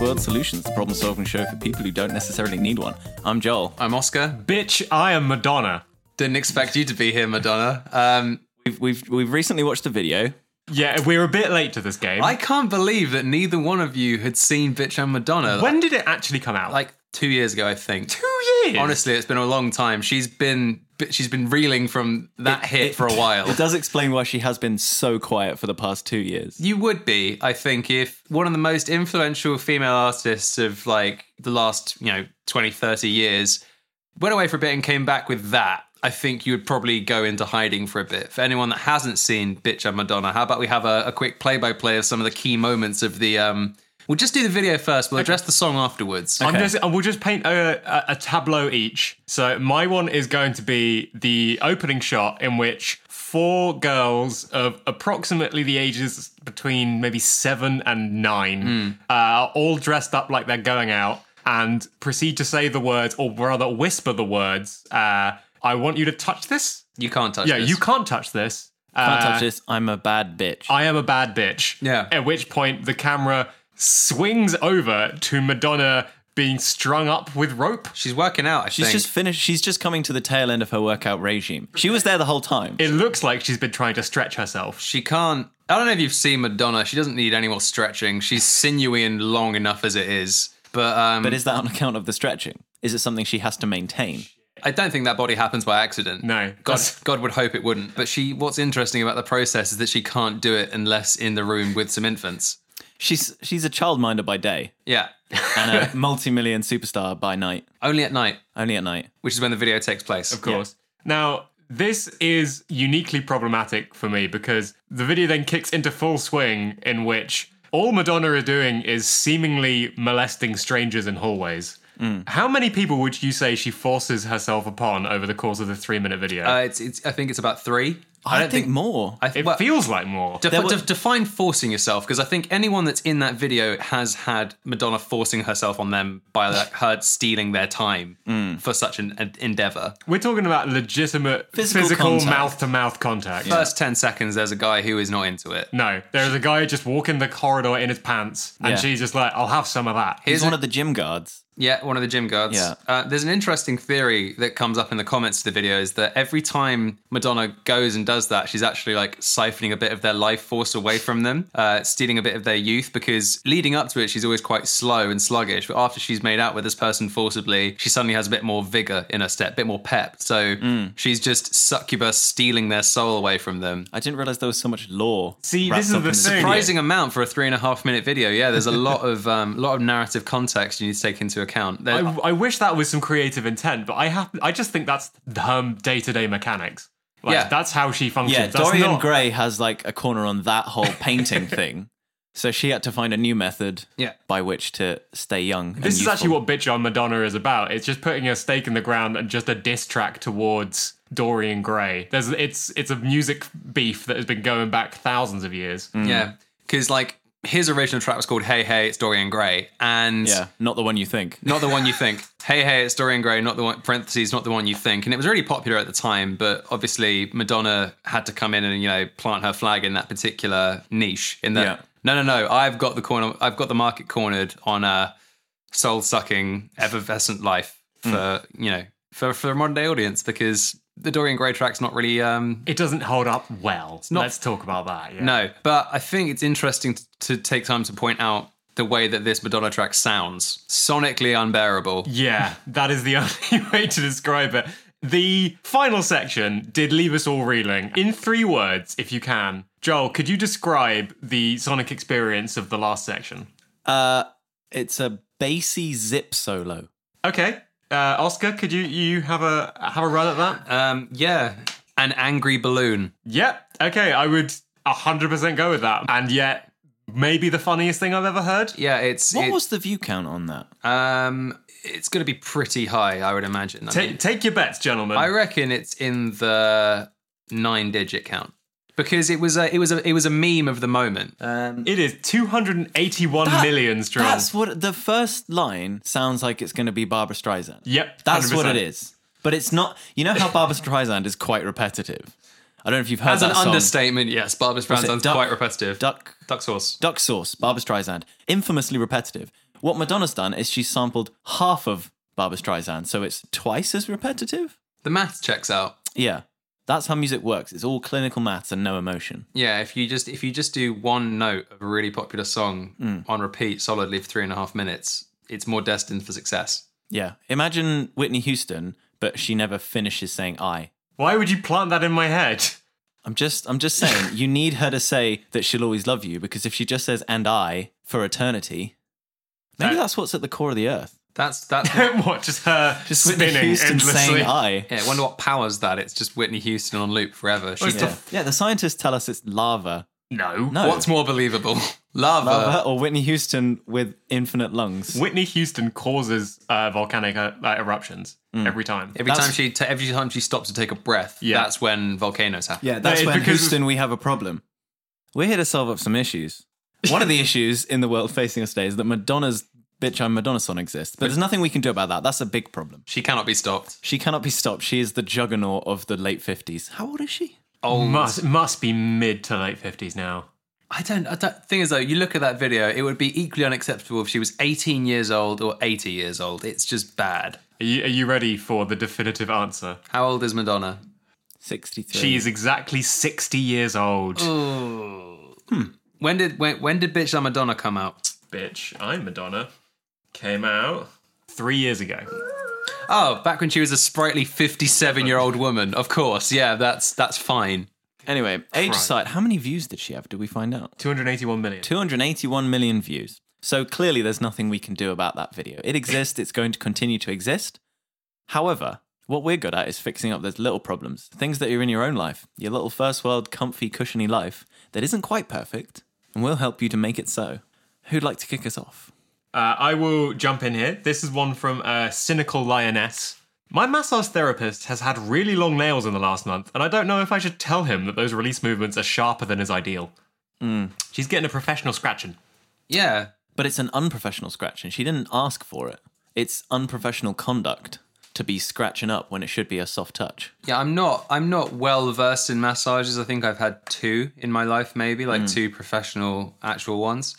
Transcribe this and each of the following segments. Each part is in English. World Solutions, the problem solving show for people who don't necessarily need one. I'm Joel. I'm Oscar. Bitch, I am Madonna. Didn't expect you to be here, Madonna. Um, We've, we've, we've recently watched a video. Yeah, we're a bit late to this game. I can't believe that neither one of you had seen Bitch and Madonna. when did it actually come out? Like two years ago, I think. two years. Honestly, it's been a long time. She's been she's been reeling from that hit for a while. It does explain why she has been so quiet for the past two years. You would be, I think, if one of the most influential female artists of like the last, you know, 20, 30 years went away for a bit and came back with that. I think you would probably go into hiding for a bit. For anyone that hasn't seen Bitch and Madonna, how about we have a, a quick play by play of some of the key moments of the. um We'll just do the video first. We'll address the song afterwards. I'm just, I will just paint a, a, a tableau each. So my one is going to be the opening shot in which four girls of approximately the ages between maybe seven and nine Hmm. uh, are all dressed up like they're going out and proceed to say the words, or rather whisper the words. Uh, I want you to touch this. You can't touch. Yeah, this. you can't touch this. Can't touch this. I'm a bad bitch. I am a bad bitch. Yeah. At which point the camera swings over to Madonna being strung up with rope. She's working out. I she's just finished. She's just coming to the tail end of her workout regime. She was there the whole time. It looks like she's been trying to stretch herself. She can't. I don't know if you've seen Madonna. She doesn't need any more stretching. She's sinewy and long enough as it is. But um, but is that on account of the stretching? Is it something she has to maintain? I don't think that body happens by accident. No. God, That's- God would hope it wouldn't. But she, what's interesting about the process is that she can't do it unless in the room with some infants. She's she's a childminder by day Yeah, and a multi-million superstar by night. only at night, Only at night. which is when the video takes place. Of course. Now, this is uniquely problematic for me because the video then kicks into full swing in which all Madonna is doing is seemingly molesting strangers in hallways. Mm. How many people would you say she forces herself upon over the course of the three minute video? Uh, it's, it's. I think it's about three. I, think, more. I it well, feels like more. Def- There were- def- define forcing yourself because I think anyone that's in that video has had Madonna forcing herself on them by like her stealing their time for such an, an endeavor. We're talking about legitimate Physical physical contact. mouth to mouth contact. First 10 seconds, there's a guy who is not into it. No, there's a guy just walking the corridor in his pants, and Yeah. she's just like, I'll have some of that. He's Here's one a- of the gym guards. Yeah, one of the gym guards. Yeah. Uh, there's an interesting theory that comes up in the comments to the video is that every time Madonna goes and does that, she's actually like siphoning a bit of their life force away from them, uh, stealing a bit of their youth because leading up to it, she's always quite slow and sluggish. But after she's made out with this person forcibly, she suddenly has a bit more vigor in her step, a bit more pep. So Mm. she's just succubus stealing their soul away from them. I didn't realize there was so much lore. See, wrapped this is up the in this thing. video. Surprising amount for a three and a half minute video. Yeah, there's a lot of um, lot of narrative context you need to take into account. There- I, I wish that was some creative intent, but I have, I just think that's her day to day mechanics. Like, Yeah. That's how she functions. Yeah, that's Dorian not- Gray has like a corner on that whole painting thing. So she had to find a new method Yeah. by which to stay young. and This is youthful. actually what Bitch on Madonna is about. It's just putting a stake in the ground and just a diss track towards Dorian Gray. There's, it's, it's a music beef that has been going back thousands of years. Mm. Yeah. Because, like, his original track was called Hey Hey, it's Dorian Gray. And Yeah, not the one you think. not the one you think. Hey Hey, it's Dorian Gray, not the one, parentheses, not the one you think. And it was really popular at the time, but obviously Madonna had to come in and, you know, plant her flag in that particular niche. In that, Yeah. no, no, no, I've got the corner, I've got the market cornered on a soul sucking, effervescent life Mm. for, you know, for, for a modern day audience because the Dorian Gray track's not really um, It doesn't hold up well. not- Let's talk about that. Yeah. no, but I think it's interesting t- to take time to point out the way that this Madonna track sounds sonically unbearable. Yeah, that is the only way to describe it. The final section did leave us all reeling. In three words, if you can, Joel, could you describe the sonic experience of the last section? Uh, it's a bassy zip solo. Okay, uh, Oscar, could you you have a have a run at that? Um, yeah, an angry balloon. Yep. Okay, I would hundred percent go with that. And yet, maybe the funniest thing I've ever heard. Yeah, it's What it- was the view count on that? um, it's going to be pretty high, I would imagine. I, Ta- mean, take your bets, gentlemen. I reckon it's in the nine-digit count because it was a it was a it was a meme of the moment. Uh, Um, it is two hundred and eighty-one That- million, Joel. That's what the first line sounds like. It's going to be Barbara Streisand. Yep, that's what it 100%. is. But it's not. You know how Barbara Streisand is quite repetitive. I don't know if you've heard as an that song. understatement, yes, Barbara it Streisand's duck- quite repetitive. Duck duck sauce. Duck Sauce, Barbara Streisand, infamously repetitive. What Madonna's done is she's sampled half of Barbra Streisand, so it's twice as repetitive. The math checks out. Yeah, that's how music works. It's all clinical maths and no emotion. Yeah, if you just if you just do one note of a really popular song Mm. on repeat solidly for three and a half minutes, it's more destined for success. Yeah, imagine Whitney Houston, but she never finishes saying "I." Why would you plant that in my head? I'm just, I'm just saying, you need her to say that she'll always love you because if she just says "and I" for eternity, maybe That- that's what's at the core of the earth. That's that's what- what? Just her just Whitney spinning Houston endlessly. saying "I." yeah. I wonder what powers that. It's just Whitney Houston on loop forever. She's Oh, Yeah. yeah, the scientists tell us it's lava. no. No, What's more believable, lava? lava or Whitney Houston with infinite lungs. Whitney Houston causes uh, volcanic uh, uh, eruptions every time. Every That's- time she ta- every time she stops to take a breath, Yeah. that's when volcanoes happen. Yeah, that's it's when because- Houston we have a problem. We're here to solve up some issues. One of the issues in the world facing us today is that Madonna's bitch I'm Madonna song exists, but there's nothing we can do about that. That's a big problem. She cannot be stopped. She cannot be stopped. She is the juggernaut of the late 50s. How old is she? Old. Must must be mid to late fifties now. I don't. I don't. Thing is, though, you look at that video. It would be equally unacceptable if she was 18 years old or 80 years old. It's just bad. Are you, are you ready for the definitive answer? How old is Madonna? 63. She is exactly sixty years old. Mm. Hmm. When did when, when did Bitch La Madonna come out? Bitch, I'm Madonna. Came out three years ago. Oh, back when she was a sprightly 57 year old woman. Of course, yeah. That's that's fine. Anyway, age Christ. aside, how many views did she have? Did we find out? Two hundred eighty-one million. 281 million views. So clearly there's nothing we can do about that video. It exists, it's going to continue to exist. However, what we're good at is fixing up those little problems, things that are in your own life, your little first world, comfy, cushiony life that isn't quite perfect, and we'll help you to make it so. Who'd like to kick us off? Uh, I will jump in here. This is one from uh, Cynical Lioness. My massage therapist has had really long nails in the last month, and I don't know if I should tell him that those release movements are sharper than his ideal. She's getting a professional scratching. Yeah. But it's an unprofessional scratch, and she didn't ask for it. It's unprofessional conduct to be scratching up when it should be a soft touch. Yeah, I'm not. I'm not well versed in massages. I think I've had two in my life, maybe like two professional, actual ones.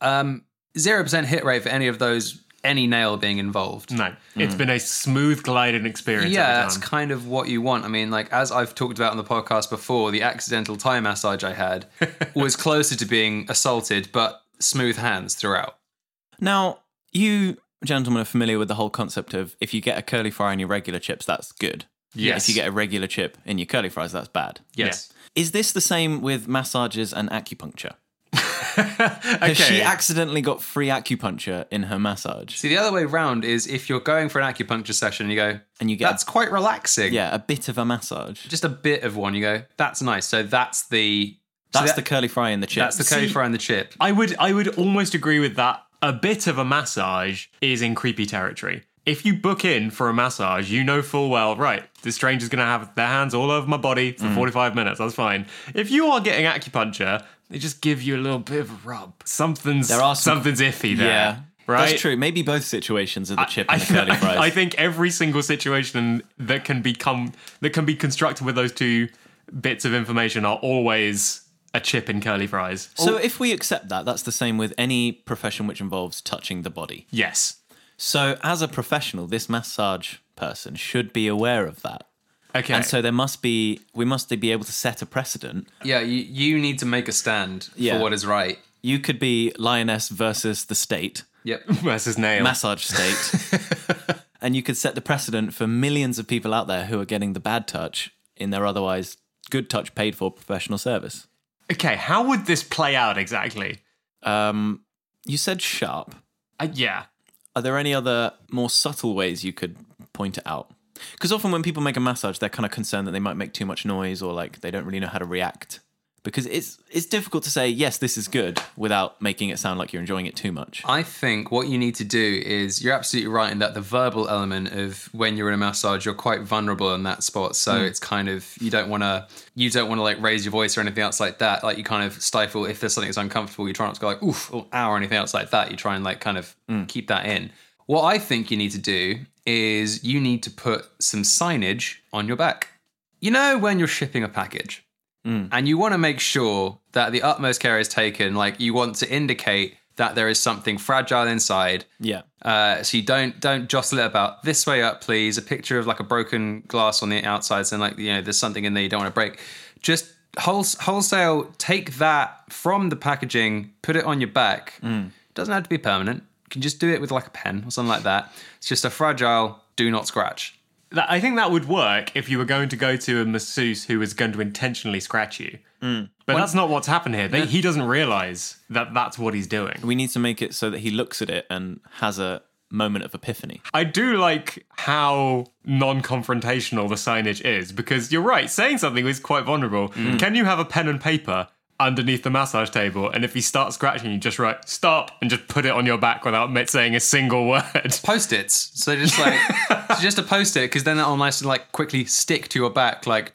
Um, Zero percent hit rate for any of those. Any nail being involved. No, it's been a smooth gliding experience. Yeah, every that's time. kind of what you want. I mean, like as I've talked about on the podcast before, the accidental Thai massage I had was closer to being assaulted, but smooth hands throughout. Now, you gentlemen are familiar with the whole concept of if you get a curly fry in your regular chips, that's good. Yes. If you get a regular chip in your curly fries, that's bad. Yes. Is this the same with massages and acupuncture? okay. Because she accidentally got free acupuncture in her massage, See, the other way round is if you're going for an acupuncture session, you go, and you get "That's quite relaxing." yeah a bit of a massage. just a bit of one. You go, "That's nice." So that's the so That's that- the curly fry in the chip. that's the curly See- fry and the chip. I would I would almost agree with that. A bit of a massage is in creepy territory. If you book in for a massage, you know full well, right, this stranger's gonna have their hands all over my body Mm. for 45 minutes, that's fine. If you are getting acupuncture, they just give you a little bit of a rub. Something's There are some- something's iffy there. yeah. Right? That's true. Maybe both situations are the chip I, and the curly fries. I think every single situation that can become that can be constructed with those two bits of information are always a chip and curly fries. so if we accept that, that's the same with any profession which involves touching the body. Yes. So as a professional, this massage person should be aware of that. Okay. And so there must be, we must be able to set a precedent. Yeah, you, you need to make a stand Yeah. for what is right. You could be lioness versus the state, Yep. versus nail. massage state, and you could set the precedent for millions of people out there who are getting the bad touch in their otherwise good touch paid for professional service. Okay, how would this play out exactly? Um, you said sharp. Uh, yeah. Are there any other more subtle ways you could point it out? Because often when people make a massage, they're kind of concerned that they might make too much noise or like they don't really know how to react. Because it's it's difficult to say yes, this is good without making it sound like you're enjoying it too much. I think what you need to do is you're absolutely right in that the verbal element of when you're in a massage, you're quite vulnerable in that spot. So it's kind of you don't want to you don't want to like raise your voice or anything else like that. Like you kind of stifle if there's something that's uncomfortable, you try not to go like oof or ow or anything else like that. You try and like kind of keep that in. What I think you need to do is you need to put some signage on your back. You know when you're shipping a package and you want to make sure that the utmost care is taken. Like you want to indicate that there is something fragile inside. Yeah. Uh, so you don't don't jostle it about this way up, please. A picture of like a broken glass on the outside, saying like you know there's something in there you don't want to break. Just whole, wholesale take that from the packaging, put it on your back. Doesn't have to be permanent. You can just do it with like a pen or something like that. It's just a fragile. Do not scratch. That, I think that would work if you were going to go to a masseuse who was going to intentionally scratch you. But that's not what's happened here. They, he doesn't realize that that's what he's doing. We need to make it so that he looks at it and has a moment of epiphany. I do like how non confrontational the signage is because you're right, saying something is quite vulnerable. Can you have a pen and paper underneath the massage table? And if he starts scratching you, just write stop and just put it on your back without ma- saying a single word. post its. So just like so just a post it because then that'll nicely like quickly stick to your back. Like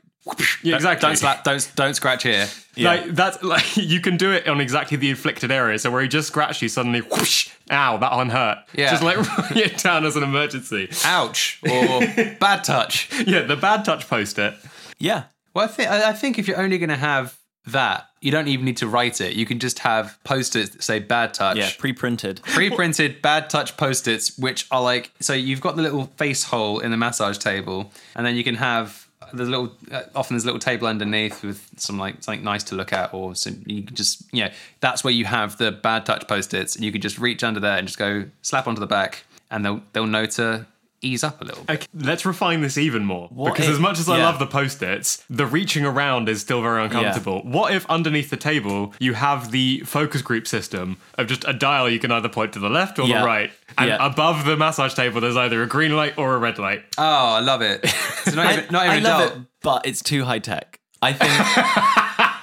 Yeah, exactly. Don't slap. Don't don't scratch here. Like that's like you can do it on exactly the inflicted area. So where he just scratched you, suddenly, whoosh, ow, that one hurt. Yeah. Just like write it down as an emergency. Ouch or bad touch. Yeah, the bad touch poster. Yeah. Well, I think I I think if you're only going to have that, you don't even need to write it. You can just have post its that say bad touch. Yeah. Pre printed. pre-printed bad touch post-its which are like so you've got the little face hole in the massage table and then you can have there's a little uh, often there's a little table underneath with some like something nice to look at or some you can just you know that's where you have the bad touch post-its and you can just reach under there and just go slap onto the back and they'll they'll know to ease up a little bit. Okay, let's refine this even more. What because if- as much as I yeah. love the post its, the reaching around is still very uncomfortable. What if underneath the table you have the focus group system of just a dial you can either point to the left or Yeah. the right? And Yeah. above the massage table, there's either a green light or a red light. oh i love it so not even, not even I love adult. it, but it's too high tech. I think I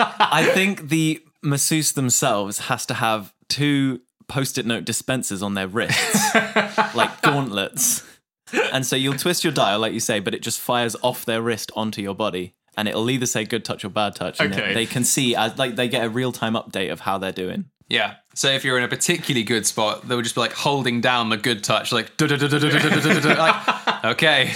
think the masseuse themselves has to have two post-it note dispensers on their wrists, like gauntlets. And so you'll twist your dial, like you say, but it just fires off their wrist onto your body, and it'll either say good touch or bad touch. And Okay. they, they can see as like they get a real-time update of how they're doing. yeah so if you're in a particularly good spot they would just be like holding down the good touch like "Du-du-du-du-du-du-du-du-du-du," like okay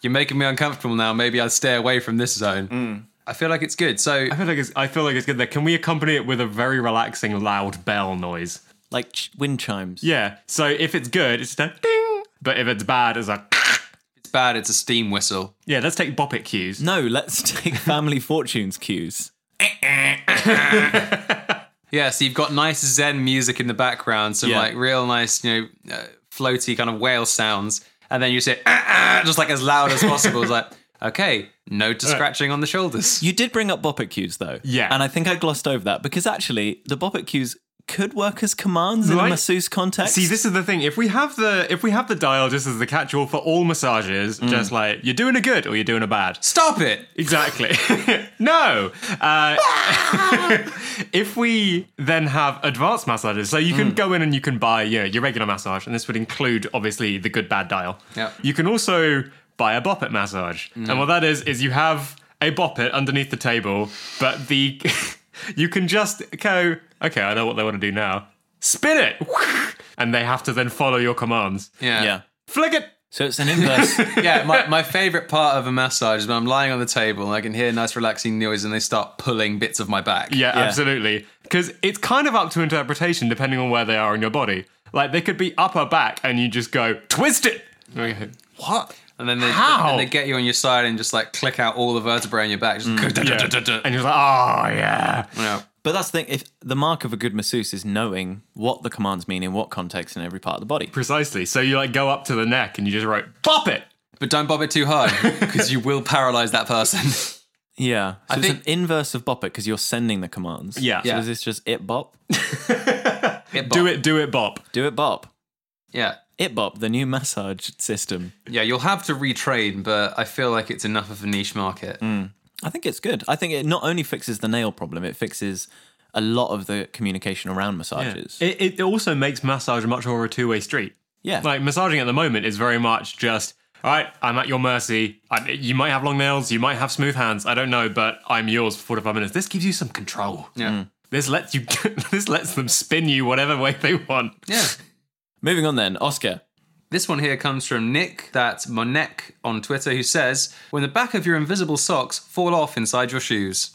you're making me uncomfortable now maybe i stay away from this zone i feel like it's good so I feel like it's, I feel like it's good there. Can we accompany it with a very relaxing, loud bell noise? Like ch- wind chimes. Yeah. So if it's good, it's just a ding. But if it's bad, it's a. it's bad it's a steam whistle Yeah, let's take bop it cues. No, let's take family fortunes cues. yeah so you've got nice zen music in the background some Yeah. like real nice you know uh, floaty kind of whale sounds and then you say ah, ah, just like as loud as possible it's like okay no to scratching on the shoulders You did bring up Boppet cues though. Yeah. And I think I glossed over that because actually the Boppet cues could work as commands in a Right. masseuse context. See, this is the thing. If we have the if we have the dial just as the catch-all for all massages, just like you're doing a good or you're doing a bad. stop it Exactly. no. Uh, if we then have advanced massages, so you can go in and you can buy you know, your regular massage, and this would include obviously the good bad dial. Yep. You can also buy a boppet massage, and what that is is you have a boppet underneath the table, but the you can just go. Okay, I know what they want to do now. Spin it, and they have to then follow your commands. yeah yeah. Flick it. So it's an inverse. yeah, my, my favorite part of a massage is when I'm lying on the table and I can hear a nice relaxing noise and they start pulling bits of my back. Yeah, absolutely. Because it's kind of up to interpretation depending on where they are in your body. Like they could be upper back and you just go twist it. Ah. What? And then they, How? and they get you on your side and just like click out all the vertebrae in your back. Just Yeah. And you're like, oh yeah. Yeah. but that's the thing, if the mark of a good masseuse is knowing what the commands mean in what context in every part of the body. Precisely. So you like go up to the neck and you just write bop it. But don't bob it too hard because you will paralyze that person. Yeah. So it's think- an inverse of Boppet because you're sending the commands. Yeah. So Yeah. is this just it bop? It Do bop. it, do it, bop. Do it bop. Yeah. It bop, the new massage system. Yeah, you'll have to retrain, but I feel like it's enough of a niche market. I think it's good. I think it not only fixes the nail problem, it fixes a lot of the communication around massages. It, it also makes massage much more a two way street. yeah. Like massaging at the moment is very much just, all right, I'm at your mercy. I, you might have long nails, you might have smooth hands. I don't know, but I'm yours for 45 minutes. This gives you some control. Yeah. This lets you. this lets them spin you whatever way they want. Yeah. Moving on then, Oscar. This one here comes from Nick, that's Monek on Twitter, who says, When the back of your invisible socks fall off inside your shoes.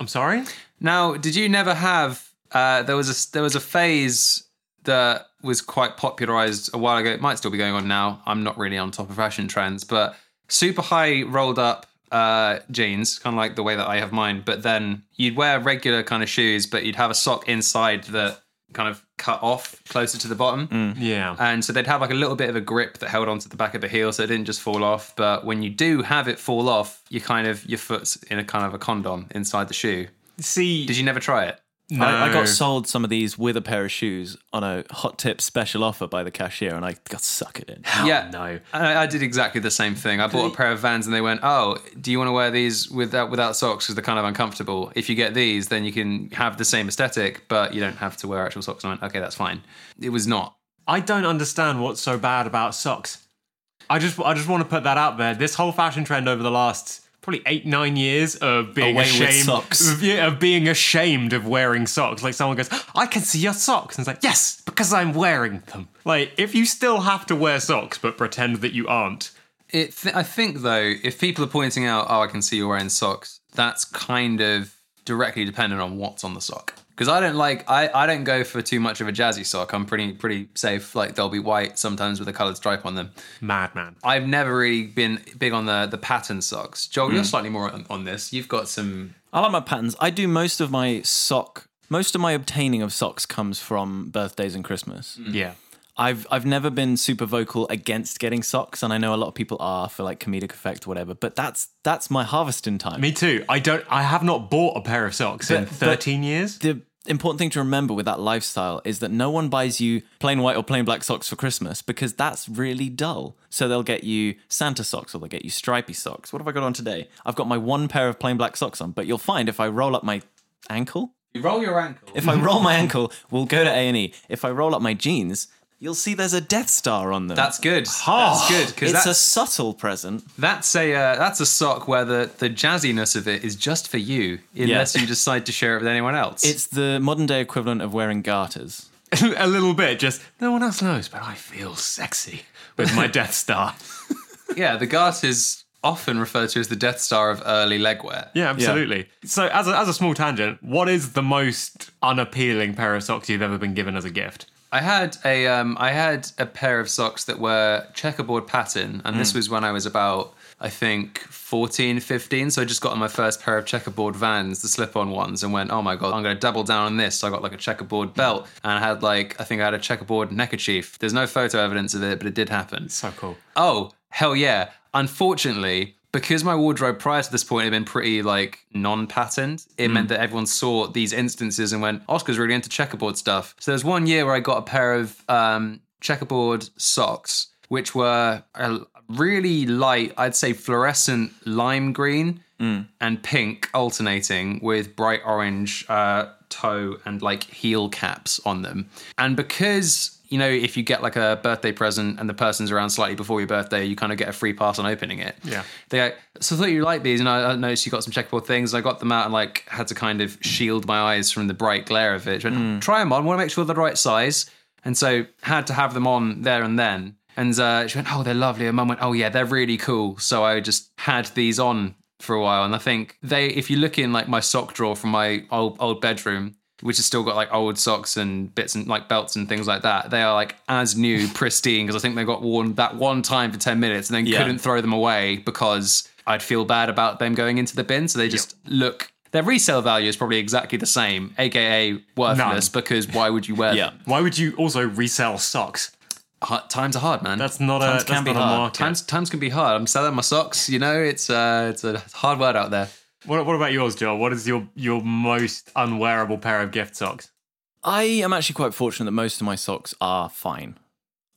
I'm sorry. Now, did you never have? Uh, there was a there was a phase that was quite popularized a while ago. It might still be going on now. I'm not really on top of fashion trends, but super high rolled up uh, jeans, kind of like the way that I have mine. But then you'd wear regular kind of shoes, but you'd have a sock inside that kind of cut off closer to the bottom. Yeah. Uh, And so they'd have like a little bit of a grip that held onto the back of the heel, so it didn't just fall off. But when you do have it fall off, you kind of your foot's in a kind of a condom inside the shoe. See, Did you never try it? no. I, I got sold some of these with a pair of shoes on a hot tip special offer by the cashier, and I got suckered in. yeah, no. I, I did exactly the same thing. I bought a pair of Vans, and they went, "Oh, do you want to wear these without without socks? Because they're kind of uncomfortable. If you get these, then you can have the same aesthetic, but you don't have to wear actual socks." And I went, "Okay, that's fine." It was not. I don't understand what's so bad about socks. I just I just want to put that out there. This whole fashion trend over the last probably eight nine years of being Away with ashamed socks. Of, yeah, of being ashamed of wearing socks. Like someone goes, I can see your socks, and it's like yes, because I'm wearing them. Like if you still have to wear socks but pretend that you aren't. It. Th- I think though, if people are pointing out, "Oh, I can see you're wearing socks," that's kind of directly dependent on what's on the sock. Because I don't like, I, I don't go for too much of a jazzy sock. I'm pretty pretty safe. Like they'll be white sometimes with a coloured stripe on them. Madman. I've never really been big on the the pattern socks. Joel, Hmm. you're slightly more on, on this. You've got some. I like my patterns. I do most of my sock. Most of my obtaining of socks comes from birthdays and Christmas. Yeah. I've I've never been super vocal against getting socks, and I know a lot of people are for like comedic effect, whatever. But that's that's my harvesting time. Me too. I don't. I have not bought a pair of socks in But- but- thirteen years. the important thing to remember with that lifestyle is that no one buys you plain white or plain black socks for Christmas because that's really dull. So they'll get you Santa socks or they'll get you stripy socks. What have I got on today? I've got my one pair of plain black socks on, but you'll find if I roll up my ankle, You roll your ankle. if I roll my ankle, we'll go to A&E. If I roll up my jeans, you'll see there's a Death Star on them. That's good. Oh, that's good because it's a that's subtle present. that's a uh, that's a sock where the the jazziness of it is just for you, unless you decide to share it with anyone else. It's the modern day equivalent of wearing garters. a little bit. Just no one else knows, but I feel sexy with my Death Star. yeah, the garter is often referred to as the Death Star of early legwear. Yeah, absolutely. So, as a, as a small tangent, what is the most unappealing pair of socks you've ever been given as a gift? I had a um, I had a pair of socks that were checkerboard pattern, and this was when I was about I think 14, 15. So I just got my first pair of checkerboard Vans, the slip-on ones, and went, oh my god, I'm going to double down on this. So I got like a checkerboard belt, and I had like I think I had a checkerboard neckerchief. There's no photo evidence of it, but it did happen. So cool. Oh, hell yeah. Unfortunately, because my wardrobe prior to this point had been pretty like non-patterned, it meant that everyone saw these instances and went, Oscar's really into checkerboard stuff. So there was one year where I got a pair of um, checkerboard socks, which were uh, really light, I'd say fluorescent lime green and pink alternating with bright orange uh, toe and like heel caps on them. And because you know, if you get like a birthday present and the person's around slightly before your birthday, you kind of get a free pass on opening it. Yeah. They go, so I thought you like these, and I, I noticed you got some checkerboard things. And I got them out and like had to kind of shield my eyes from the bright glare of it. She Went, Try them on. Want to make sure they're the right size, and so had to have them on there and then. And uh, she went, oh, they're lovely. And mum went, oh yeah, they're really cool. So I just had these on for a while, and I think they, if you look in like my sock drawer from my old old bedroom, which has still got like old socks and bits and like belts and things like that. They are like as new, pristine, because I think they got worn that one time for 10 minutes and then Yeah. couldn't throw them away because I'd feel bad about them going into the bin. So they just look, their resale value is probably exactly the same, aka worthless, because why would you wear Yeah. them? Why would you also resell socks? Hard, times are hard, man. That's not a Times that's can be not a hard. market. times, times can be hard. I'm selling my socks, you know, it's, uh, it's a hard word out there. What, what about yours, Joel? What is your your most unwearable pair of gift socks? I am actually quite fortunate that most of my socks are fine.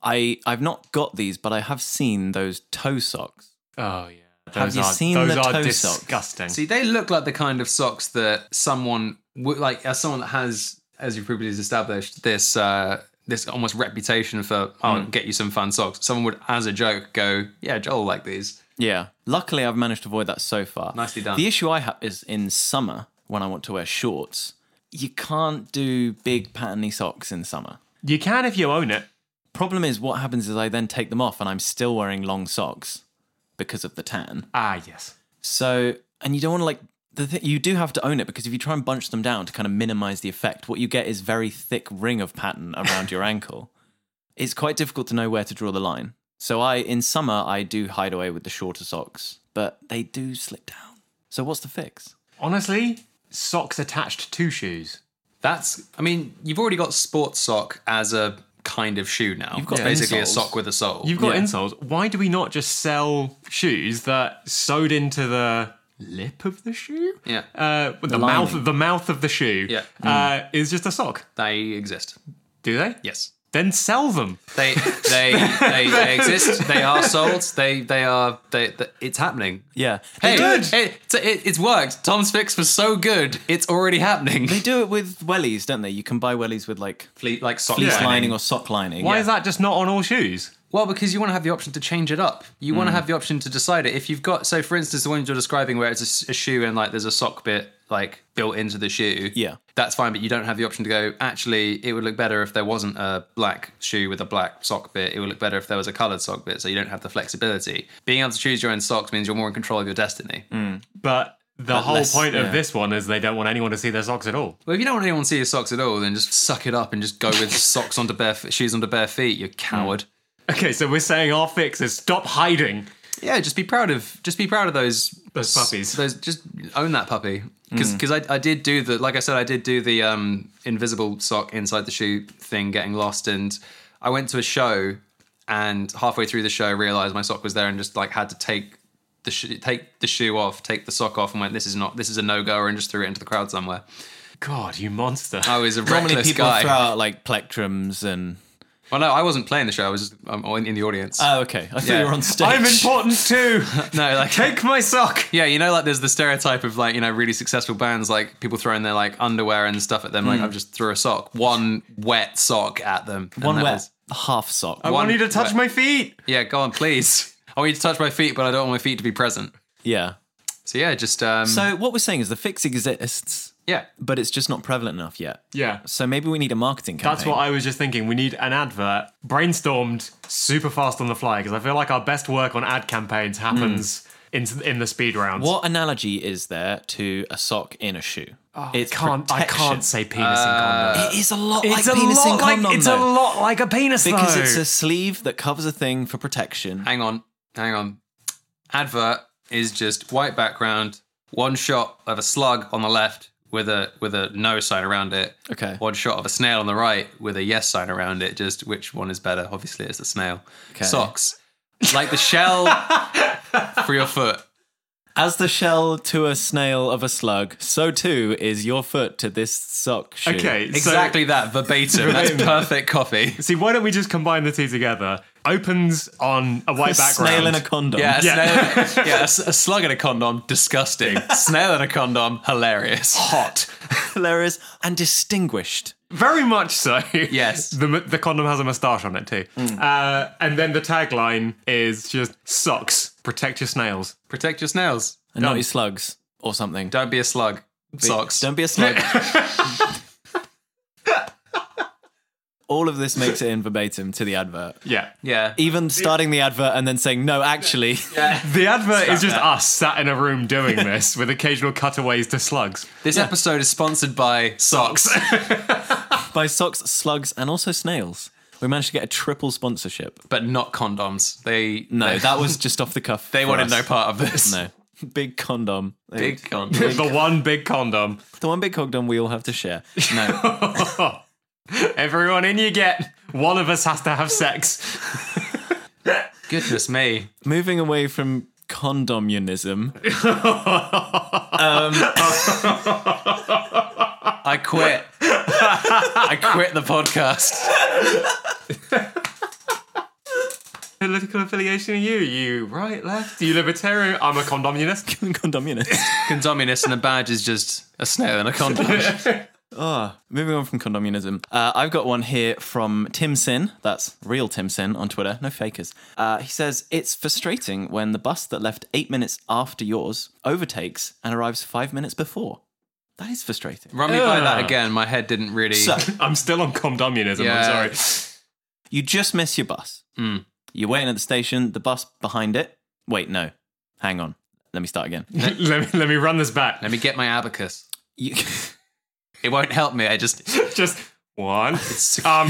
I I've not got these, but I have seen those toe socks. Oh yeah, those Have you are seen those the are toe socks? disgusting. See, they look like the kind of socks that someone would like as someone that has, as you previously established, this uh this almost reputation for oh Hmm. get you some fun socks. Someone would, as a joke, go, yeah, Joel will like these. Yeah. Luckily, I've managed to avoid that so far. Nicely done. The issue I have is in summer when I want to wear shorts, you can't do big patterny socks in summer. you can if you own it. Problem is, what happens is I then take them off and I'm still wearing long socks because of the tan. Ah yes. So, and you don't want to like the th- you do have to own it because if you try and bunch them down to kind of minimize the effect, what you get is very thick ring of pattern around your ankle. It's quite difficult to know where to draw the line. So I, in summer, I do hide away with the shorter socks, but they do slip down. So what's the fix? Honestly, socks attached to shoes. That's, I mean, you've already got sports sock as a kind of shoe now. You've got It's basically a insoles. sock with a sole. You've got Yeah. insoles. Why do we not just sell shoes that sewed into the lip of the shoe? Yeah. Uh, with the, lining. mouth, the mouth of the shoe. Yeah. Uh, is just a sock. they exist. Do they? Yes. Then sell them. They they they, they exist. They are sold. They they are they, th it's happening. Yeah. They Hey, do- Good. hey, it's- it, it's worked. Tom's fix was so good. It's already happening. They do it with wellies, don't they? You can buy wellies with like Fleet like sock fleece lining. lining or sock lining. Why Yeah. is that just not on all shoes? Well, because you want to have the option to change it up. You want to have the option to decide it. If you've got, so for instance, the one you're describing where it's a s- a, shoe and like there's a sock bit like built into the shoe. Yeah. That's fine, but you don't have the option to go, actually, it would look better if there wasn't a black shoe with a black sock bit. It would look better if there was a coloured sock bit. So you don't have the flexibility. Being able to choose your own socks means you're more in control of your destiny. But the whole less- point yeah. of this one is they don't want anyone to see their socks at all. Well, if you don't want anyone to see your socks at all, then just suck it up and just go with socks onto bare f- shoes onto bare feet. You coward. Okay, so we're saying our fix is stop hiding. Yeah, just be proud of just be proud of those Those puppies. Those just own that puppy because Mm. I, I did do the like I said I did do the um, invisible sock inside the shoe thing getting lost and I went to a show and halfway through the show realized my sock was there and just like had to take the sh- take the shoe off take the sock off and went this is not this is a no go and just threw it into the crowd somewhere. God, you monster. I was a How many reckless people guy. throw out like plectrums and. well, no, I wasn't playing the show. I was just um, in, in the audience. Oh, okay. I thought Yeah. you were on stage. I'm important too. no, like Take my sock. Yeah, you know, like there's the stereotype of like you know really successful bands, like people throwing their like underwear and stuff at them. Hmm. Like I've just threw a sock, one wet sock at them. And One that wet, Oh. was- half sock. I want One- you to touch right. my feet. yeah, go on, please. I want you to touch my feet, but I don't want my feet to be present. Yeah. So yeah, just um, So what we're saying is the fix exists, yeah, but it's just not prevalent enough yet. Yeah. So maybe we need a marketing campaign. That's what I was just thinking. We need an advert brainstormed super fast on the fly because I feel like our best work on ad campaigns happens in in the speed rounds. What analogy is there to a sock in a shoe? Oh, I can't I can't say penis in condom. It is a lot Uh, It's like a penis lot in condom, like it's a though, lot like a penis because though. it's a sleeve that covers a thing for protection. hang on, hang on. Advert is just white background, one shot of a slug on the left with a with a no sign around it. Okay. One shot of a snail on the right with a yes sign around it. Just which one is better? Obviously, it's the snail. Okay. Socks, like the shell for your foot. As the shell to a snail of a slug, so too is your foot to this sock shoe. okay, so- Exactly that verbatim. That's perfect copy. see, why don't we just combine the two together? Opens on a white A background. snail in a condom. Yeah, a, Yeah. Snail, yeah, a s- a slug in a condom, disgusting. snail in a condom, hilarious. hot. Hilarious and distinguished. Very much so. Yes. The, the condom has a moustache on it too. Uh, and then the tagline is just socks, protect your snails. Protect your snails. And not your slugs or something. Don't be a slug. Socks. Don't be a slug. All of this makes it in verbatim to the advert. Yeah. yeah. Even starting the advert and then saying, no, actually, The advert is just that. us sat in a room doing this with occasional cutaways to slugs. This episode is sponsored by socks. by socks, slugs, and also snails. We managed to get a triple sponsorship. but not condoms. They No, they, that was just off the cuff. they for us. wanted no part of this. No. Big condom. Big condom. The one big condom. The one big condom we all have to share. No. Everyone in you get. One of us has to have sex. Goodness me. Moving away from condomunism. I quit. I quit the podcast. Political affiliation are you? You right, left? You libertarian? I'm a condomunist. condomunist. Condominist and a badge is just a snail and a condom. Moving on from condomunism, uh, I've got one here from Tim Sin. That's real Tim Sin on Twitter, no fakers. Uh, he says it's frustrating when the bus that left eight minutes after yours overtakes and arrives five minutes before. That is frustrating. Run me by that Ugh. again. My head didn't really. So I'm still on condomunism. Yeah. I'm sorry. you just miss your bus. You're waiting at the station. The bus behind it. Wait, no, hang on. Let me start again. let, me, let me run this back. Let me get my abacus. You, It won't help me. I just Just one. I'm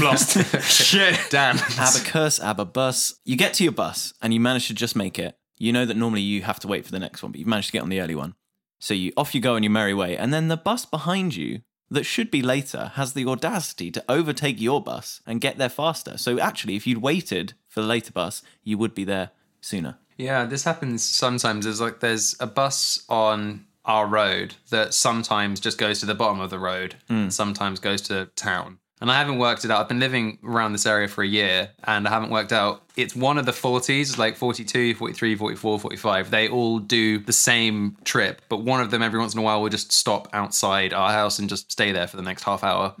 lost. Shit. damn. abacus, ababus. You get to your bus and you manage to just make it. You know that normally you have to wait for the next one, but you've managed to get on the early one. So you off you go on your merry way, and then the bus behind you that should be later has the audacity to overtake your bus and get there faster. So actually, if you'd waited for the later bus, you would be there sooner. Yeah, this happens sometimes. There's like there's a bus on our road that sometimes just goes to the bottom of the road, and sometimes goes to town. And I haven't worked it out. I've been living around this area for a year and I haven't worked out. It's one of the 40s, like 42, 43, 44, 45. They all do the same trip, but one of them every once in a while will just stop outside our house and just stay there for the next half hour.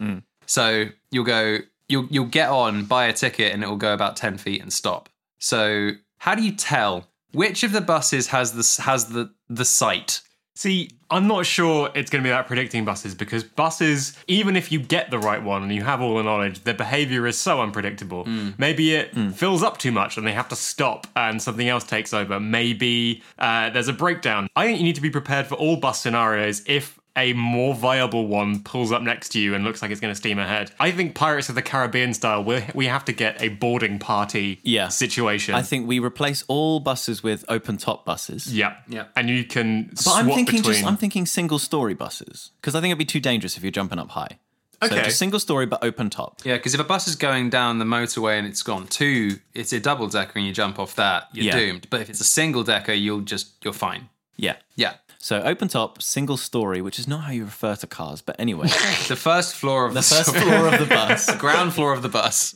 So you'll go, you'll you'll get on, buy a ticket, and it will go about ten feet and stop. So how do you tell which of the buses has this has the the site? See, I'm not sure it's going to be about predicting buses because buses, even if you get the right one and you have all the knowledge, their behavior is so unpredictable. Hmm. Maybe it fills up too much and they have to stop and something else takes over. Maybe uh, there's a breakdown. I think you need to be prepared for all bus scenarios if a more viable one pulls up next to you and looks like it's going to steam ahead. I think Pirates of the Caribbean style, we we have to get a boarding party Yeah. situation. I think we replace all buses with open top buses. yeah. Yeah. And you can But I'm swap thinking between. just I'm thinking single story buses because I think it'd be too dangerous if you're jumping up high. Okay. So just single story but open top. Yeah, because if a bus is going down the motorway and it's gone two, it's a double decker and you jump off that, you're Yeah. doomed. But if it's a single decker, you'll just you're fine. Yeah. Yeah. So open top, single story, which is not how you refer to cars, but anyway, The first floor of the, the first floor of the bus. ground floor of the bus.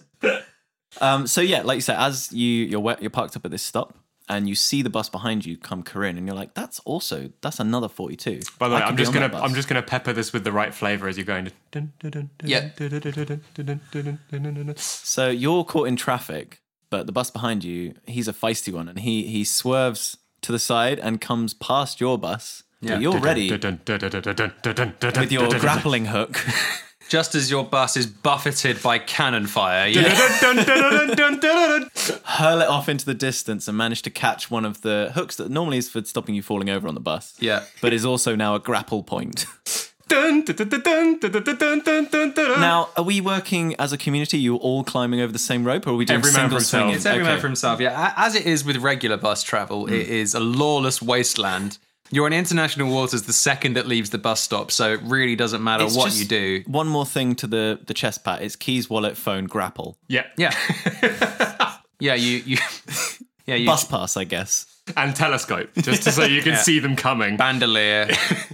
Um, so yeah, like you said, as you you're wet, you're parked up at this stop. And you see the bus behind you come careering, and you're like, "That's also that's another 42." By the way, I could I'm be just on that gonna bus. I'm just gonna pepper this with the right flavor as you're going. To... dun, dun, dun, dun, Yeah. dun, dun, dun, dun, dun, dun, dun, dun, dun. So you're caught in traffic, but the bus behind you, he's a feisty one, and he he swerves to the side and comes past your bus. Yeah. But you're ready Dun, dun, dun, dun, dun, dun, dun, dun, dun, with your dun, dun, grappling hook. Just as your bus is buffeted by cannon fire, you dun, dun, dun, dun, dun, dun, dun, dun. hurl it off into the distance and manage to catch one of the hooks that normally is for stopping you falling over on the bus. Yeah. But is also now a grapple point. Dun, dun, dun, dun, dun, dun, dun, dun, dun, dun. now, are we working as a community? You all climbing over the same rope, or are we doing Every man single for himself. swinging? It's every man Okay. Hmm. for himself, yeah. A- As it is with regular bus travel, it is a lawless wasteland. You're on international waters the second it leaves the bus stop, so it really doesn't matter It's what just you do. One more thing to the the chest pat. It's keys, wallet, phone, grapple, Yeah, Yeah, yeah, you, you, yeah, you. bus pass, I guess. and telescope just to so you can see them coming. bandolier,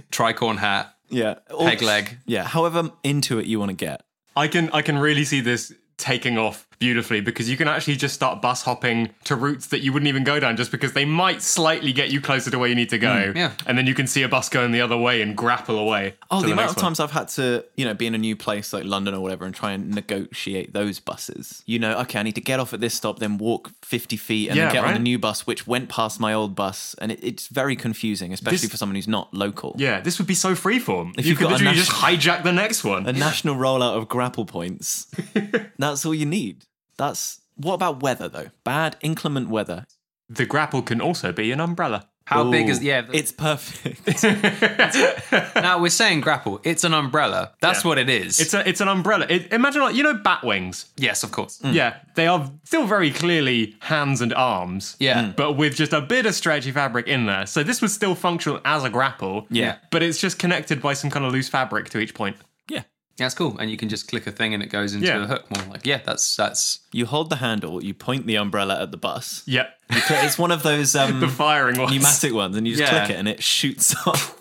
tricorn hat, Yeah. Or- peg leg. Yeah. However into it you want to get. I can I can really see this taking off beautifully because you can actually just start bus hopping to routes that you wouldn't even go down just because they might slightly get you closer to where you need to go. Mm, yeah. and then you can see a bus going the other way and grapple away. Oh, to the, amount next of one. times I've had to, you know, be in a new place like London or whatever and try and negotiate those buses. You know, okay, I need to get off at this stop, then walk 50 feet and Yeah, then get on right. a new bus, which went past my old bus. And it, it's very confusing, especially This- for someone who's not local. Yeah, this would be so freeform. If you, you've could got a literally just hijack the next one. A national rollout of grapple points. That's all you need. That's. What about weather, though? Bad, inclement weather. the grapple can also be an umbrella. How big Ooh, is yeah? the- It's perfect. now we're saying grapple. It's an umbrella. That's Yeah. what it is. It's a it's an umbrella. It, imagine like you know bat wings. yes, of course. Hmm. Yeah, they are still very clearly hands and arms. Hmm. Yeah. Mm. but with just a bit of stretchy fabric in there. So this was still functional as a grapple. Yeah. but it's just connected by some kind of loose fabric to each point. yeah. That's cool. And you can just click a thing and it goes into Yeah. a hook. More like yeah, that's that's You hold the handle, you point the umbrella at the bus. Yeah, You click- It's one of those. Um, the firing ones. pneumatic ones, and you just Yeah. click it, and it shoots off,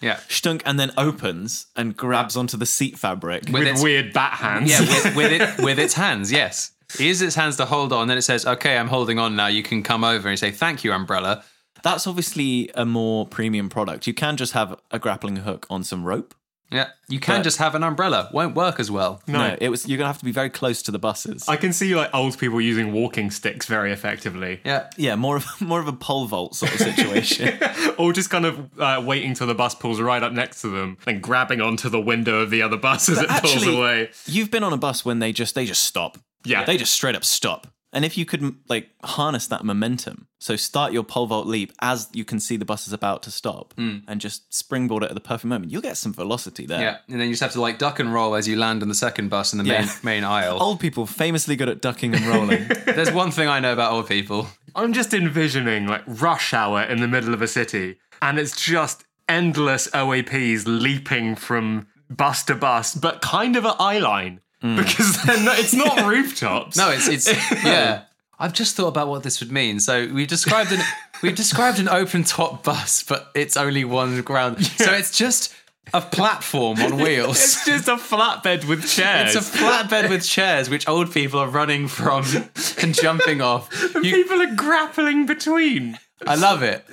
yeah. stunk, and then opens and grabs onto the seat fabric. With with its- weird bat hands. Yeah, with, with it with its hands, yes. It uses its hands to hold on, then it says, Okay, I'm holding on now, you can come over and say, Thank you, umbrella. That's obviously a more premium product. You can just have a grappling hook on some rope. Yeah. You can But- just have an umbrella. Won't work as well. No, it was. You're gonna have to be very close to the buses. I can see like old people using walking sticks very effectively, Yeah. yeah, more of more of a pole vault sort of situation. or just kind of uh, waiting till the bus pulls right up next to them, then grabbing onto the window of the other bus as it pulls Actually, away. You've been on a bus when they just they just stop. Yeah. they just straight up stop. And if you could like harness that momentum, so start your pole vault leap as you can see the bus is about to stop, Hmm. and just springboard it at the perfect moment, you'll get some velocity there. Yeah, and then you just have to like duck and roll as you land on the second bus in the main Yeah. Oh. main aisle. Old people famously good at ducking and rolling. There's one thing I know about old people. I'm just envisioning like rush hour in the middle of a city, and it's just endless OAPs leaping from bus to bus, but kind of an eye line because they're not, it's not rooftops. Mm. No, it's it's yeah. I've just thought about what this would mean. So we described an we've described an open top bus, but it's only one ground. So it's just a platform on wheels. it's just a flatbed with chairs. It's a flatbed with chairs, which old people are running from and jumping off. You, People are grappling between. I love it.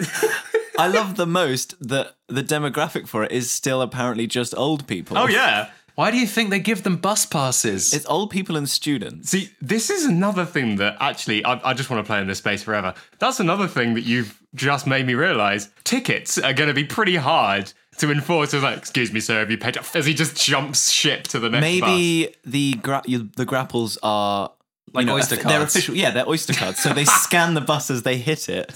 I love the most that the demographic for it is still apparently just old people. Oh yeah. Why do you think they give them bus passes? It's old people and students. See, this is another thing that actually I, I just want to play in this space forever. That's another thing that you've just made me realize. Tickets are going to be pretty hard to enforce. It's like, excuse me, sir, have you paid? As he just jumps ship to the next bus. Maybe the gra- you, the grapples are like oyster They're cards. official. Yeah, they're oyster cards. So they scan the bus as they hit it.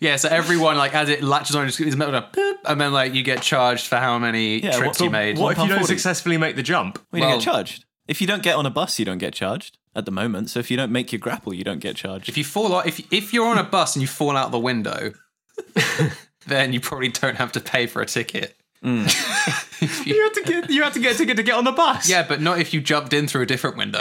yeah, so everyone like as it latches on, it's meant to boop, and then like you get charged for how many Yeah, trips what- you made. What if you don't £1.40? successfully make the jump? We don't Well- get charged. If you don't get on a bus, you don't get charged at the moment. So if you don't make your grapple, you don't get charged. If you fall out, if if you're on a bus and you fall out the window, then you probably don't have to pay for a ticket. If you- You had to get you had to get a ticket to get on the bus. yeah, but not if you jumped in through a different window.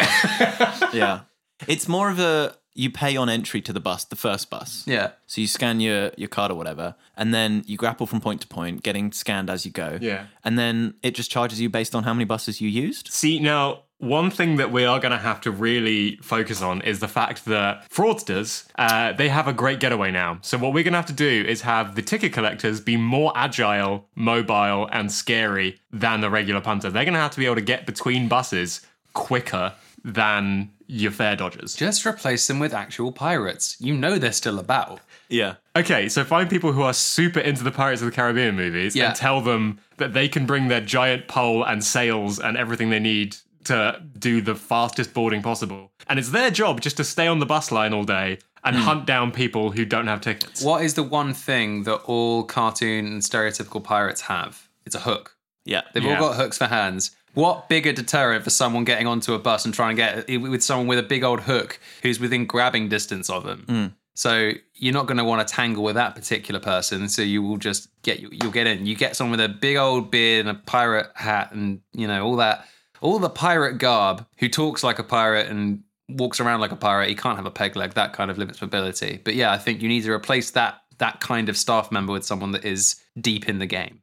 yeah. It's more of a you pay on entry to the bus, the first bus. yeah. So you scan your, your card or whatever, and then you grapple from point to point, getting scanned as you go. Yeah. And then it just charges you based on how many buses you used. See, now, one thing that we are going to have to really focus on is the fact that fraudsters, uh, they have a great getaway now. So, what we're going to have to do is have the ticket collectors be more agile, mobile, and scary than the regular punter. They're going to have to be able to get between buses quicker than your fare dodgers. Just replace them with actual pirates. You know they're still about. Yeah. Okay, so find people who are super into the Pirates of the Caribbean movies Yeah. and tell them that they can bring their giant pole and sails and everything they need to do the fastest boarding possible. And it's their job just to stay on the bus line all day Hmm. and hunt down people who don't have tickets. What is the one thing that all cartoon and stereotypical pirates have? It's a hook. Yeah. They've Yeah. all got hooks for hands. What bigger deterrent for someone getting onto a bus and trying to get with someone with a big old hook who's within grabbing distance of them? So you're not going to want to tangle with that particular person. So you will just get you'll get in. You get someone with a big old beard and a pirate hat and you know all that, all the pirate garb who talks like a pirate and walks around like a pirate. He can't have a peg leg. That kind of limits mobility. But yeah, I think you need to replace that that kind of staff member with someone that is deep in the game.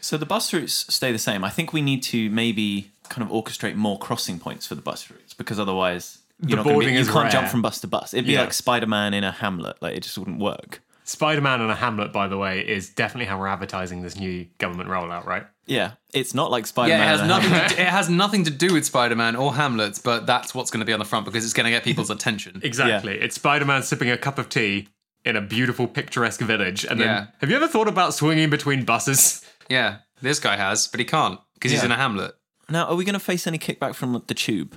So the bus routes stay the same. I think we need to maybe kind of orchestrate more crossing points for the bus routes because otherwise you're not gonna be- boarding you is can't rare. jump from bus to bus. It'd be Yeah. like Spider Man in a Hamlet. Like it just wouldn't work. Spider Man and a Hamlet, by the way, is definitely how we're advertising this new government rollout, right? Yeah. It's not like Spider Man. Yeah, it has nothing. To, it has nothing to do with Spider-Man or Hamlet, but that's what's going to be on the front because it's going to get people's attention. Exactly. It's Spider Man sipping a cup of tea in a beautiful, picturesque village. And then, Yeah. have you ever thought about swinging between buses? Yeah, this guy has, but he can't because he's Yeah. in a Hamlet. Now, are we going to face any kickback from the tube?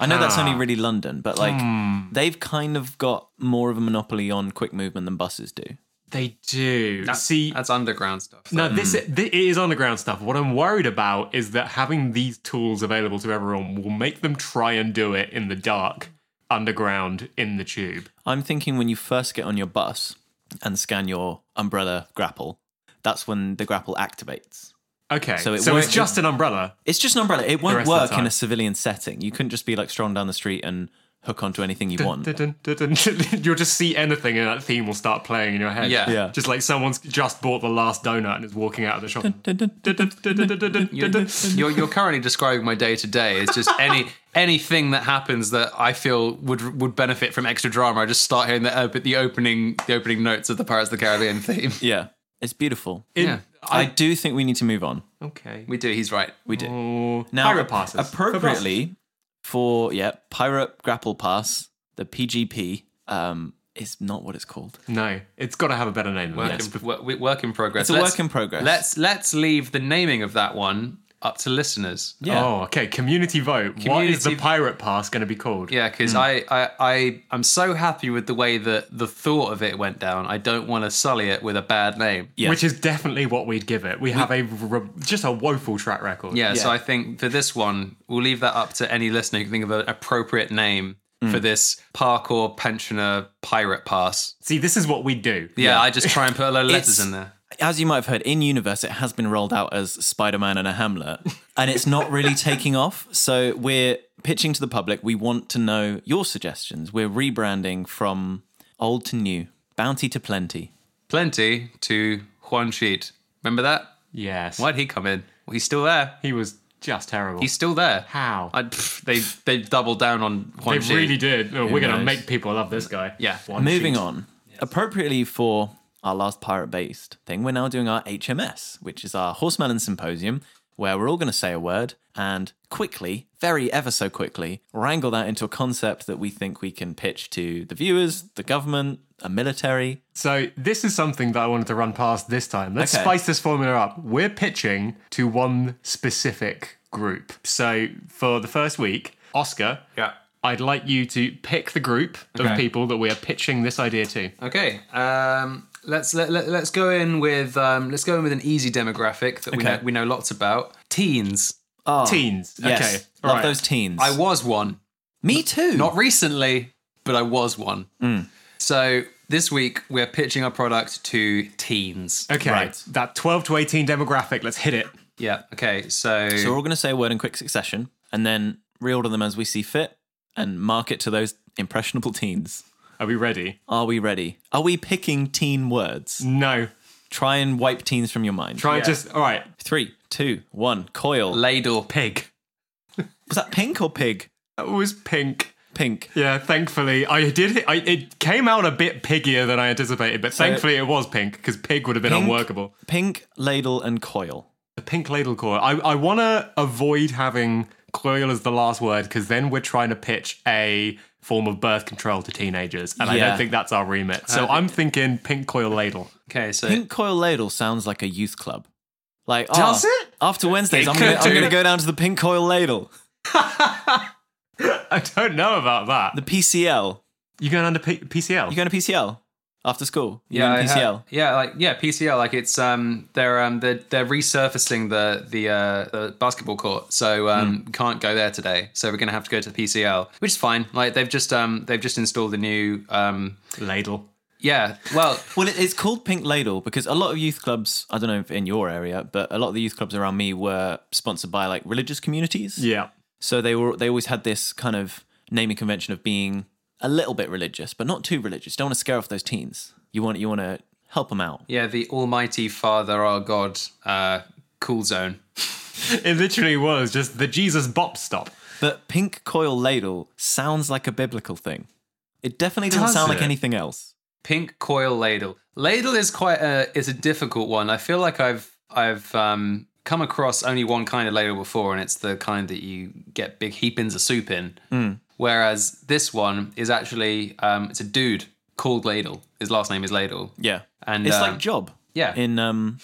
I know that's Ah. only really London, but like Hmm. they've kind of got more of a monopoly on quick movement than buses do. They do. See, That's underground stuff. Now, this, Hmm. thi- it is underground stuff. What I'm worried about is that having these tools available to everyone will make them try and do it in the dark, underground, in the tube. I'm thinking when you first get on your bus and scan your umbrella grapple, that's when the grapple activates. Okay, So so, it it's won't- just an umbrella. It's just an umbrella. It won't rest of the work in time. a civilian setting. You couldn't just be like strolling down the street and hook onto anything you want. Dun, dun, dun, dun. You'll just see anything, and that theme will start playing in your head. Yeah. Yeah. Just like someone's just bought the last donut and is walking out of the shop. Dun, dun, dun. Dun, dun, dun, dun, dun, dun, dun, dun, dun. You're, you're currently describing my day to day. It's just any anything that happens that I feel would would benefit from extra drama. I just start hearing the op- the opening the opening notes of the Pirates of the Caribbean theme. Yeah, it's beautiful. Yeah, I, do think we need to move on. Okay. we do. He's right. We do. Or Now, pirate passes. Appropriately for, yeah, Pirate Grapple Pass, the PGP, um, is not what it's called. No, it's got to have a better name than Work, that. in, wo- work in progress. It's a work in progress. Let's let's leave the naming of that one up to listeners. Yeah. Oh, okay. Community vote. what is the Community- pirate pass going to be called? Yeah, because I, I, I, I'm so happy with the way that the thought of it went down. I don't want to sully it with a bad name. Yeah. Which is definitely what we'd give it. We have a re- just a woeful track record. Yeah, so Yeah. I think for this one, we'll leave that up to any listener who can think of an appropriate name for this parkour pensioner pirate pass. See, this is what we do. Yeah, I just try and put a lot of letters It's- in there. As you might have heard, in universe, it has been rolled out as Spider Man and a Hamlet, and it's not really taking off. So we're pitching to the public. We want to know your suggestions. We're rebranding from old to new, bounty to plenty. Plenty to Juan Sheet. Remember that? Yes. Why'd he come in? Well, he's still there. He was just terrible. He's still there. How? I, pff, they they doubled down on Juan they Sheet. really did. Oh, we're going to knows? make people love this guy. Yeah. One Moving sheet. on, appropriately for our last pirate based thing, we're now doing our HMS, which is our Horseman and Symposium, where we're all going to say a word and quickly, very ever so quickly, wrangle that into a concept that we think we can pitch to the viewers, the government, a military. So this is something that I wanted to run past this time. Let's Okay. spice this formula up. We're pitching to one specific group. So for the first week, Oscar, Yeah. I'd like you to pick the group Okay. of people that we are pitching this idea to. Okay. Um, let's let, let, let's go in with um, let's go in with an easy demographic that we Okay. know, we know lots about. Teens. Oh, Teens. Yes. Ah, Okay. Love All right. those teens. I was one. Me too. Not recently, but I was one. Hmm. So this week we're pitching our product to teens. Okay. Right. That 12 to 18 demographic. Let's hit it. Yeah. Okay. So, so we're all going to say a word in quick succession and then reorder them as we see fit and mark it to those impressionable teens. Are we ready? Are we ready? Are we picking teen words? No. Try and wipe teens from your mind. Try Yeah. just. All right. Three, two, one. Coil. ladle pig. Was that pink or pig? That was pink. Pink. Yeah, thankfully I did. I, it came out a bit piggier than I anticipated, but thankfully it was pink because pig would have been Pink? unworkable. Pink ladle and coil. A pink ladle coil. I, I want to avoid having coil as the last word because then we're trying to pitch a form of birth control to teenagers, and I Yeah. don't think that's our remit. So I'm thinking pink coil ladle. Okay. So Pink coil ladle sounds like a youth club. Like oh, Does it? After Wednesdays, It I'm gonna, could I'm do. gonna go down to the pink coil ladle, I don't know about that. the PCL. You going under P- PCL? You going to PCL after school? You yeah, going I to ha- PCL? yeah, like yeah, PCL. Like it's um, they're um, they're they're resurfacing the the uh, the basketball court, so um, can't go there today. So we're gonna have to go to the PCL, which is fine. Like they've just um, they've just installed a new um, ladle. yeah. Well, Well, it- it's called Pink Ladle because a lot of youth clubs, I don't know if in your area, but a lot of the youth clubs around me were sponsored by like religious communities. Yeah. So they were they always had this kind of naming convention of being a little bit religious, but not too religious. Don't want to scare off those teens. You want you want to help them out. yeah, the Almighty Father, our God, uh, cool zone. It literally was just the Jesus bop stop. But pink coil ladle sounds like a biblical thing. It definitely doesn't Does sound like it? anything else. Pink coil ladle. Ladle is quite a is a difficult one. I feel like I've I've um, come across only one kind of ladle before, and it's the kind that you get big heapings of soup in. Hmm. Whereas this one is actually um, it's a dude called Ladle. His last name is Ladle. Yeah, And, it's uh, like job. yeah. in um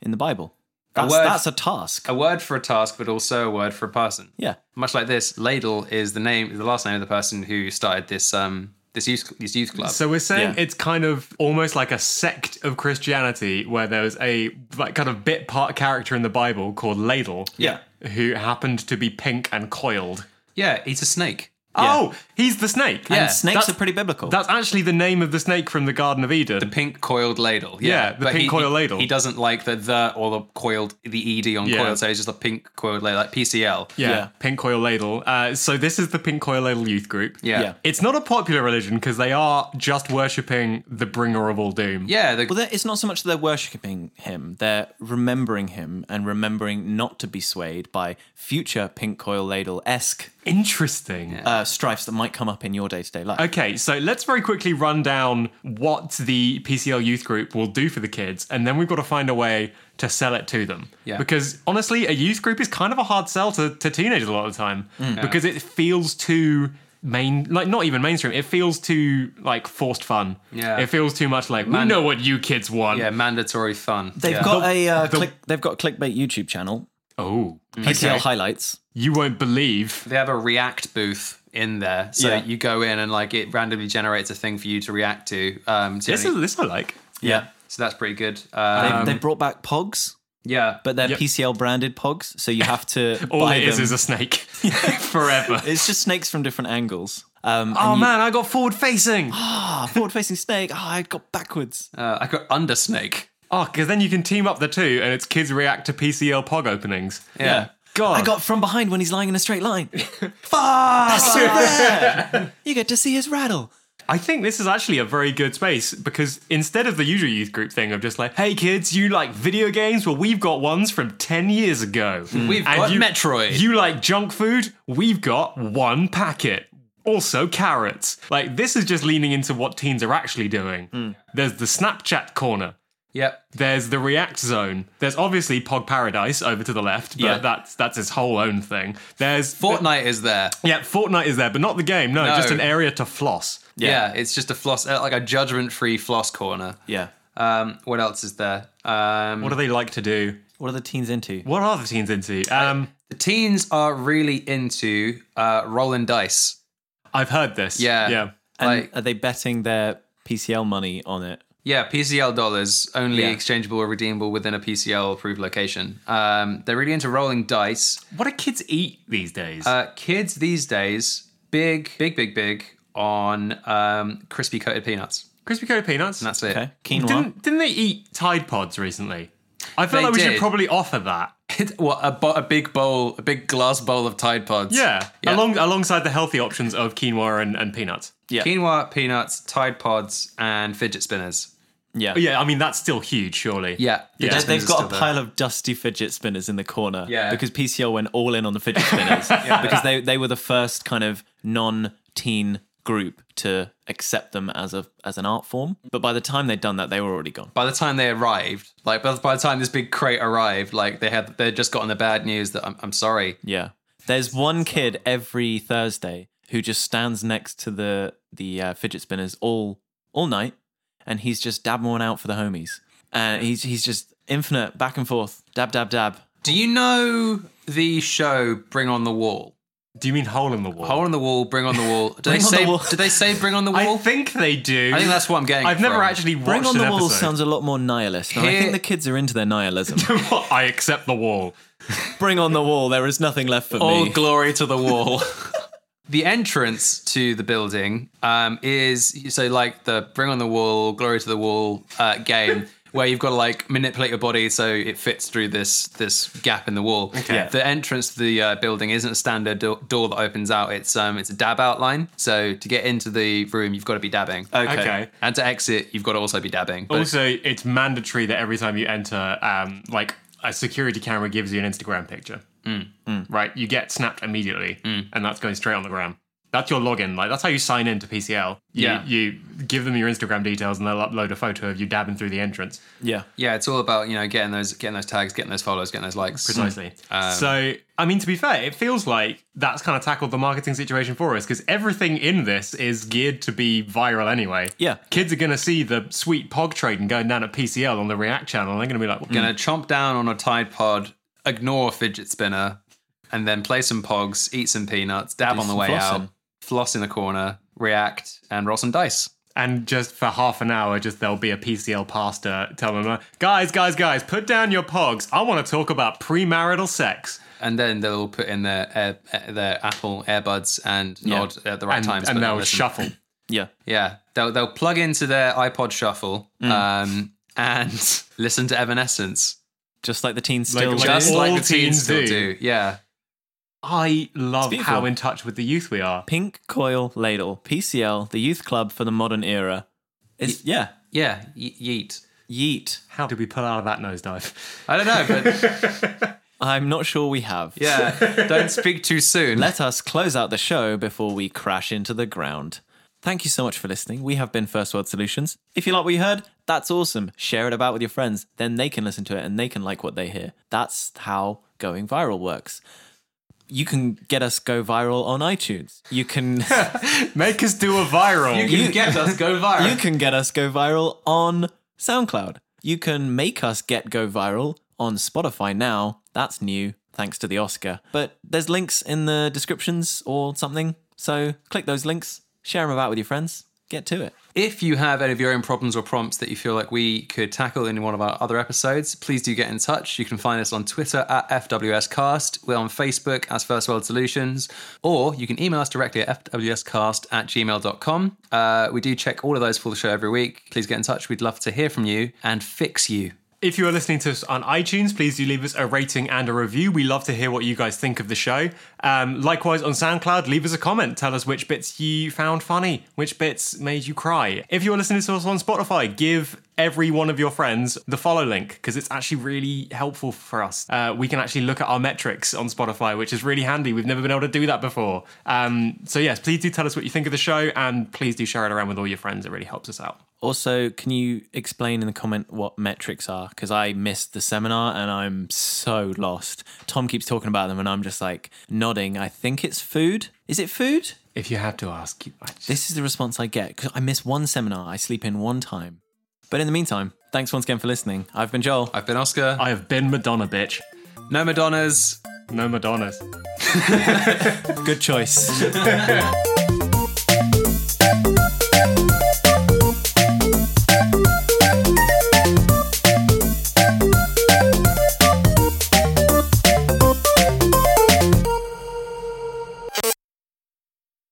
in the Bible, that's word- that's a task. A word for a task, but also a word for a person. yeah, Much like this, Ladle is the name, the last name of the person who started this um, this youth this youth club. So we're saying Yeah. it's kind of almost like a sect of Christianity where there was a like kind of bit part character in the Bible called Ladle. Yeah. Who happened to be pink and coiled. yeah, he's a snake. Oh, he's the snake. Yeah. and snakes that's- are pretty biblical. That's actually the name of the snake from the Garden of Eden. pink coiled ladle. Yeah, Yeah, the but pink he- coil he- ladle. He doesn't like the the or the coiled the ed on Yeah. coiled, so he's just a pink coiled ladle, like PCL. yeah, yeah. pink coil ladle. Uh, so this is the pink coil ladle youth group. yeah, Yeah. yeah. It's not a popular religion because they are just worshipping the bringer of all doom. the, Well, there- it's not so much that they're worshipping him, they're remembering him and remembering not to be swayed by future pink coil ladle esque Interesting. uh, strifes that might come up in your day to day life. Okay, so let's very quickly run down what the PCL youth group will do for the kids, and then we've got to find a way to sell it to them. Yeah. Because honestly, a youth group is kind of a hard sell to, to teenagers a lot of the time Mm. because it feels too main, like not even mainstream. It feels too like forced fun. Yeah. It feels too much like we know what you kids want. yeah mandatory fun. They've yeah. got a uh, the- click, they've got a clickbait YouTube channel Oh, PCL highlights. you won't believe. They have a React booth in there, so Yeah. you go in and like it randomly generates a thing for you to react to. Um, to This any- is this I like. Yeah. so that's pretty good. They, Um, they brought back Pogs, yeah, but they're Yep. PCL branded Pogs, so you have to All buy it is them. is a snake forever. it's just snakes from different angles. Um, oh man, I got forward facing. forward facing snake. Oh, I got backwards. uh, I got under snake. Oh, because then you can team up the two, and it's kids react to PCL pog openings. Yeah. God, I got from behind when he's lying in a straight line. Fuck! you get to see his rattle. I think this is actually a very good space because instead of the usual youth group thing of just like, hey kids, you like video games? Well, we've got ones from 10 years ago. Mm. We've And got you- Metroid. You like junk food? We've got one packet. Also, carrots. Like, this is just leaning into what teens are actually doing. Mm. There's the Snapchat corner. Yep. There's the React Zone. There's obviously Pog Paradise over to the left, but Yeah. that's that's his whole own thing. There's Fortnite is there. yeah, Fortnite is there, but not the game. No, No. just an area to floss. Yeah. it's just a floss, uh, like a judgment-free floss corner. Yeah. Um, what else is there? Um, What do they like to do? What are the teens into? What are the teens into? Um, the teens are really into uh, rolling dice. I've heard this. Yeah. yeah. And like, are they betting their PCL money on it? Yeah, PCL dollars only Yeah. exchangeable or redeemable within a PCL approved location. Um, they're really into rolling dice. What do kids eat these days? Uh, kids these days, big, big, big, big on um, crispy coated peanuts. Crispy coated peanuts. That's it. Okay. Quinoa. Didn't didn't they eat Tide Pods recently? I feel They like we did. should probably offer that. It- what a, bo- a big bowl, a big glass bowl of Tide Pods. Yeah, Yeah. along alongside the healthy options of quinoa and, and peanuts. Yeah. Quinoa, peanuts, Tide Pods, and fidget spinners. yeah. But yeah, I mean that's still huge, surely. Yeah, Yeah. fidget They- They've spinners are got still a there. pile of dusty fidget spinners in the corner. Yeah. Because PCL went all in on the fidget spinners because they, they were the first kind of non teen group to accept them as a as an art form. But by the time they'd done that, they were already gone. by the time they arrived, like by the, by the time this big crate arrived, like they had they just gotten the bad news that I'm, I'm sorry. Yeah. There's one kid every Thursday who just stands next to the the uh, fidget spinners all all night, and he's just dabbing one out for the homies. And he's he's just infinite back and forth, dab dab dab. Do you know the show Bring on the Wall? Do you mean hole in the wall? Hole in the wall, bring on the wall. Do they on the say? wall. Do they say bring on the I wall? think they do. I think that's what I'm getting I've never from. actually watched Bring on an the wall episode. sounds a lot more nihilist. and I Here- think the kids are into their nihilism. I accept the wall. Bring on the wall. There is nothing left for All me. glory to the wall. the entrance to the building um, is so like the bring on the wall, glory to the wall uh, game. Where you've got to like manipulate your body so it fits through this this gap in the wall. Okay. Yeah. The entrance to the uh, building isn't a standard do- door that opens out. It's um it's a dab outline. So to get into the room, you've got to be dabbing. Okay. Okay. And to exit, you've got to also be dabbing. But Also, it's mandatory that every time you enter, um, like a security camera gives you an Instagram picture. Right, you get snapped immediately, and that's going straight on the gram. That's your login. Like that's how you sign in to PCL. You, Yeah. you give them your Instagram details, and they'll upload a photo of you dabbing through the entrance. Yeah. Yeah, it's all about you know getting those getting those tags, getting those follows, getting those likes. Precisely. so, I mean, to be fair, it feels like that's kind of tackled the marketing situation for us because everything in this is geared to be viral anyway. Yeah. Kids are going to see the sweet pog trading going down at PCL on the React channel and they're going to be like, Gonna chomp down on a Tide Pod, ignore a fidget spinner, and then play some pogs, eat some peanuts, dab on the some way out, flossing. floss in the corner, react, and roll some dice. and just for half an hour, just there'll be a PCL pastor telling them, guys, guys, guys, put down your pogs. I want to talk about premarital sex. And then they'll put in their air, eh, their Apple earbuds and nod at the right And, times. but and not they'll listen. shuffle. Yeah. Yeah, they'll they'll plug into their iPod Shuffle Mm. um, and listen to Evanescence, Just like the teens still Like- do. just All like the teens teens still do. do. Yeah. I love beautiful. how in touch with the youth we are. Pink Coil Ladle, PCL, the youth club for the modern era. It's yeah. Yeah, ye- yeet. Yeet. How did we pull out of that nosedive? I don't know, but I'm not sure we have. Yeah, don't speak too soon. Let us close out the show before we crash into the ground. Thank you so much for listening. We have been First World Solutions. If you like what you heard, that's awesome. Share it about with your friends. Then they can listen to it and they can like what they hear. That's how going viral works. You can get us go viral on iTunes. You can Make us do a viral. you can get us go viral. you can get us go viral on SoundCloud. You can make us get go viral on Spotify now. That's new. thanks to the Oscar. But there's links in the descriptions or something. So click those links, share them about with your friends, get to it. If you have any of your own problems or prompts that you feel like we could tackle in one of our other episodes, please do get in touch. You can find us on Twitter at FWScast. We're on Facebook as First World Solutions, or you can email us directly at FWScast at gmail.com. Uh, we do check all of those for the show every week. Please get in touch. We'd love to hear from you and fix you. If you are listening to us on iTunes, please do leave us a rating and a review. We love to hear what you guys think of the show. Um, likewise, on SoundCloud, leave us a comment. Tell us which bits you found funny, which bits made you cry. If you are listening to us on Spotify, give every one of your friends the follow link because it's actually really helpful for us. Uh, we can actually look at our metrics on Spotify, which is really handy. We've never been able to do that before. Um, so, yes, please do tell us what you think of the show and please do share it around with all your friends. It really helps us out. Also, can you explain in the comment what metrics are? Because I missed the seminar and I'm so lost. Tom keeps talking about them and I'm just like nodding. I think it's food. Is it food? If you had to ask, you might. This is the response I get because I miss one seminar. I sleep in one time. But in the meantime, thanks once again for listening. I've been Joel. I've been Oscar. I have been Madonna, bitch. No Madonnas. No Madonnas. Good choice.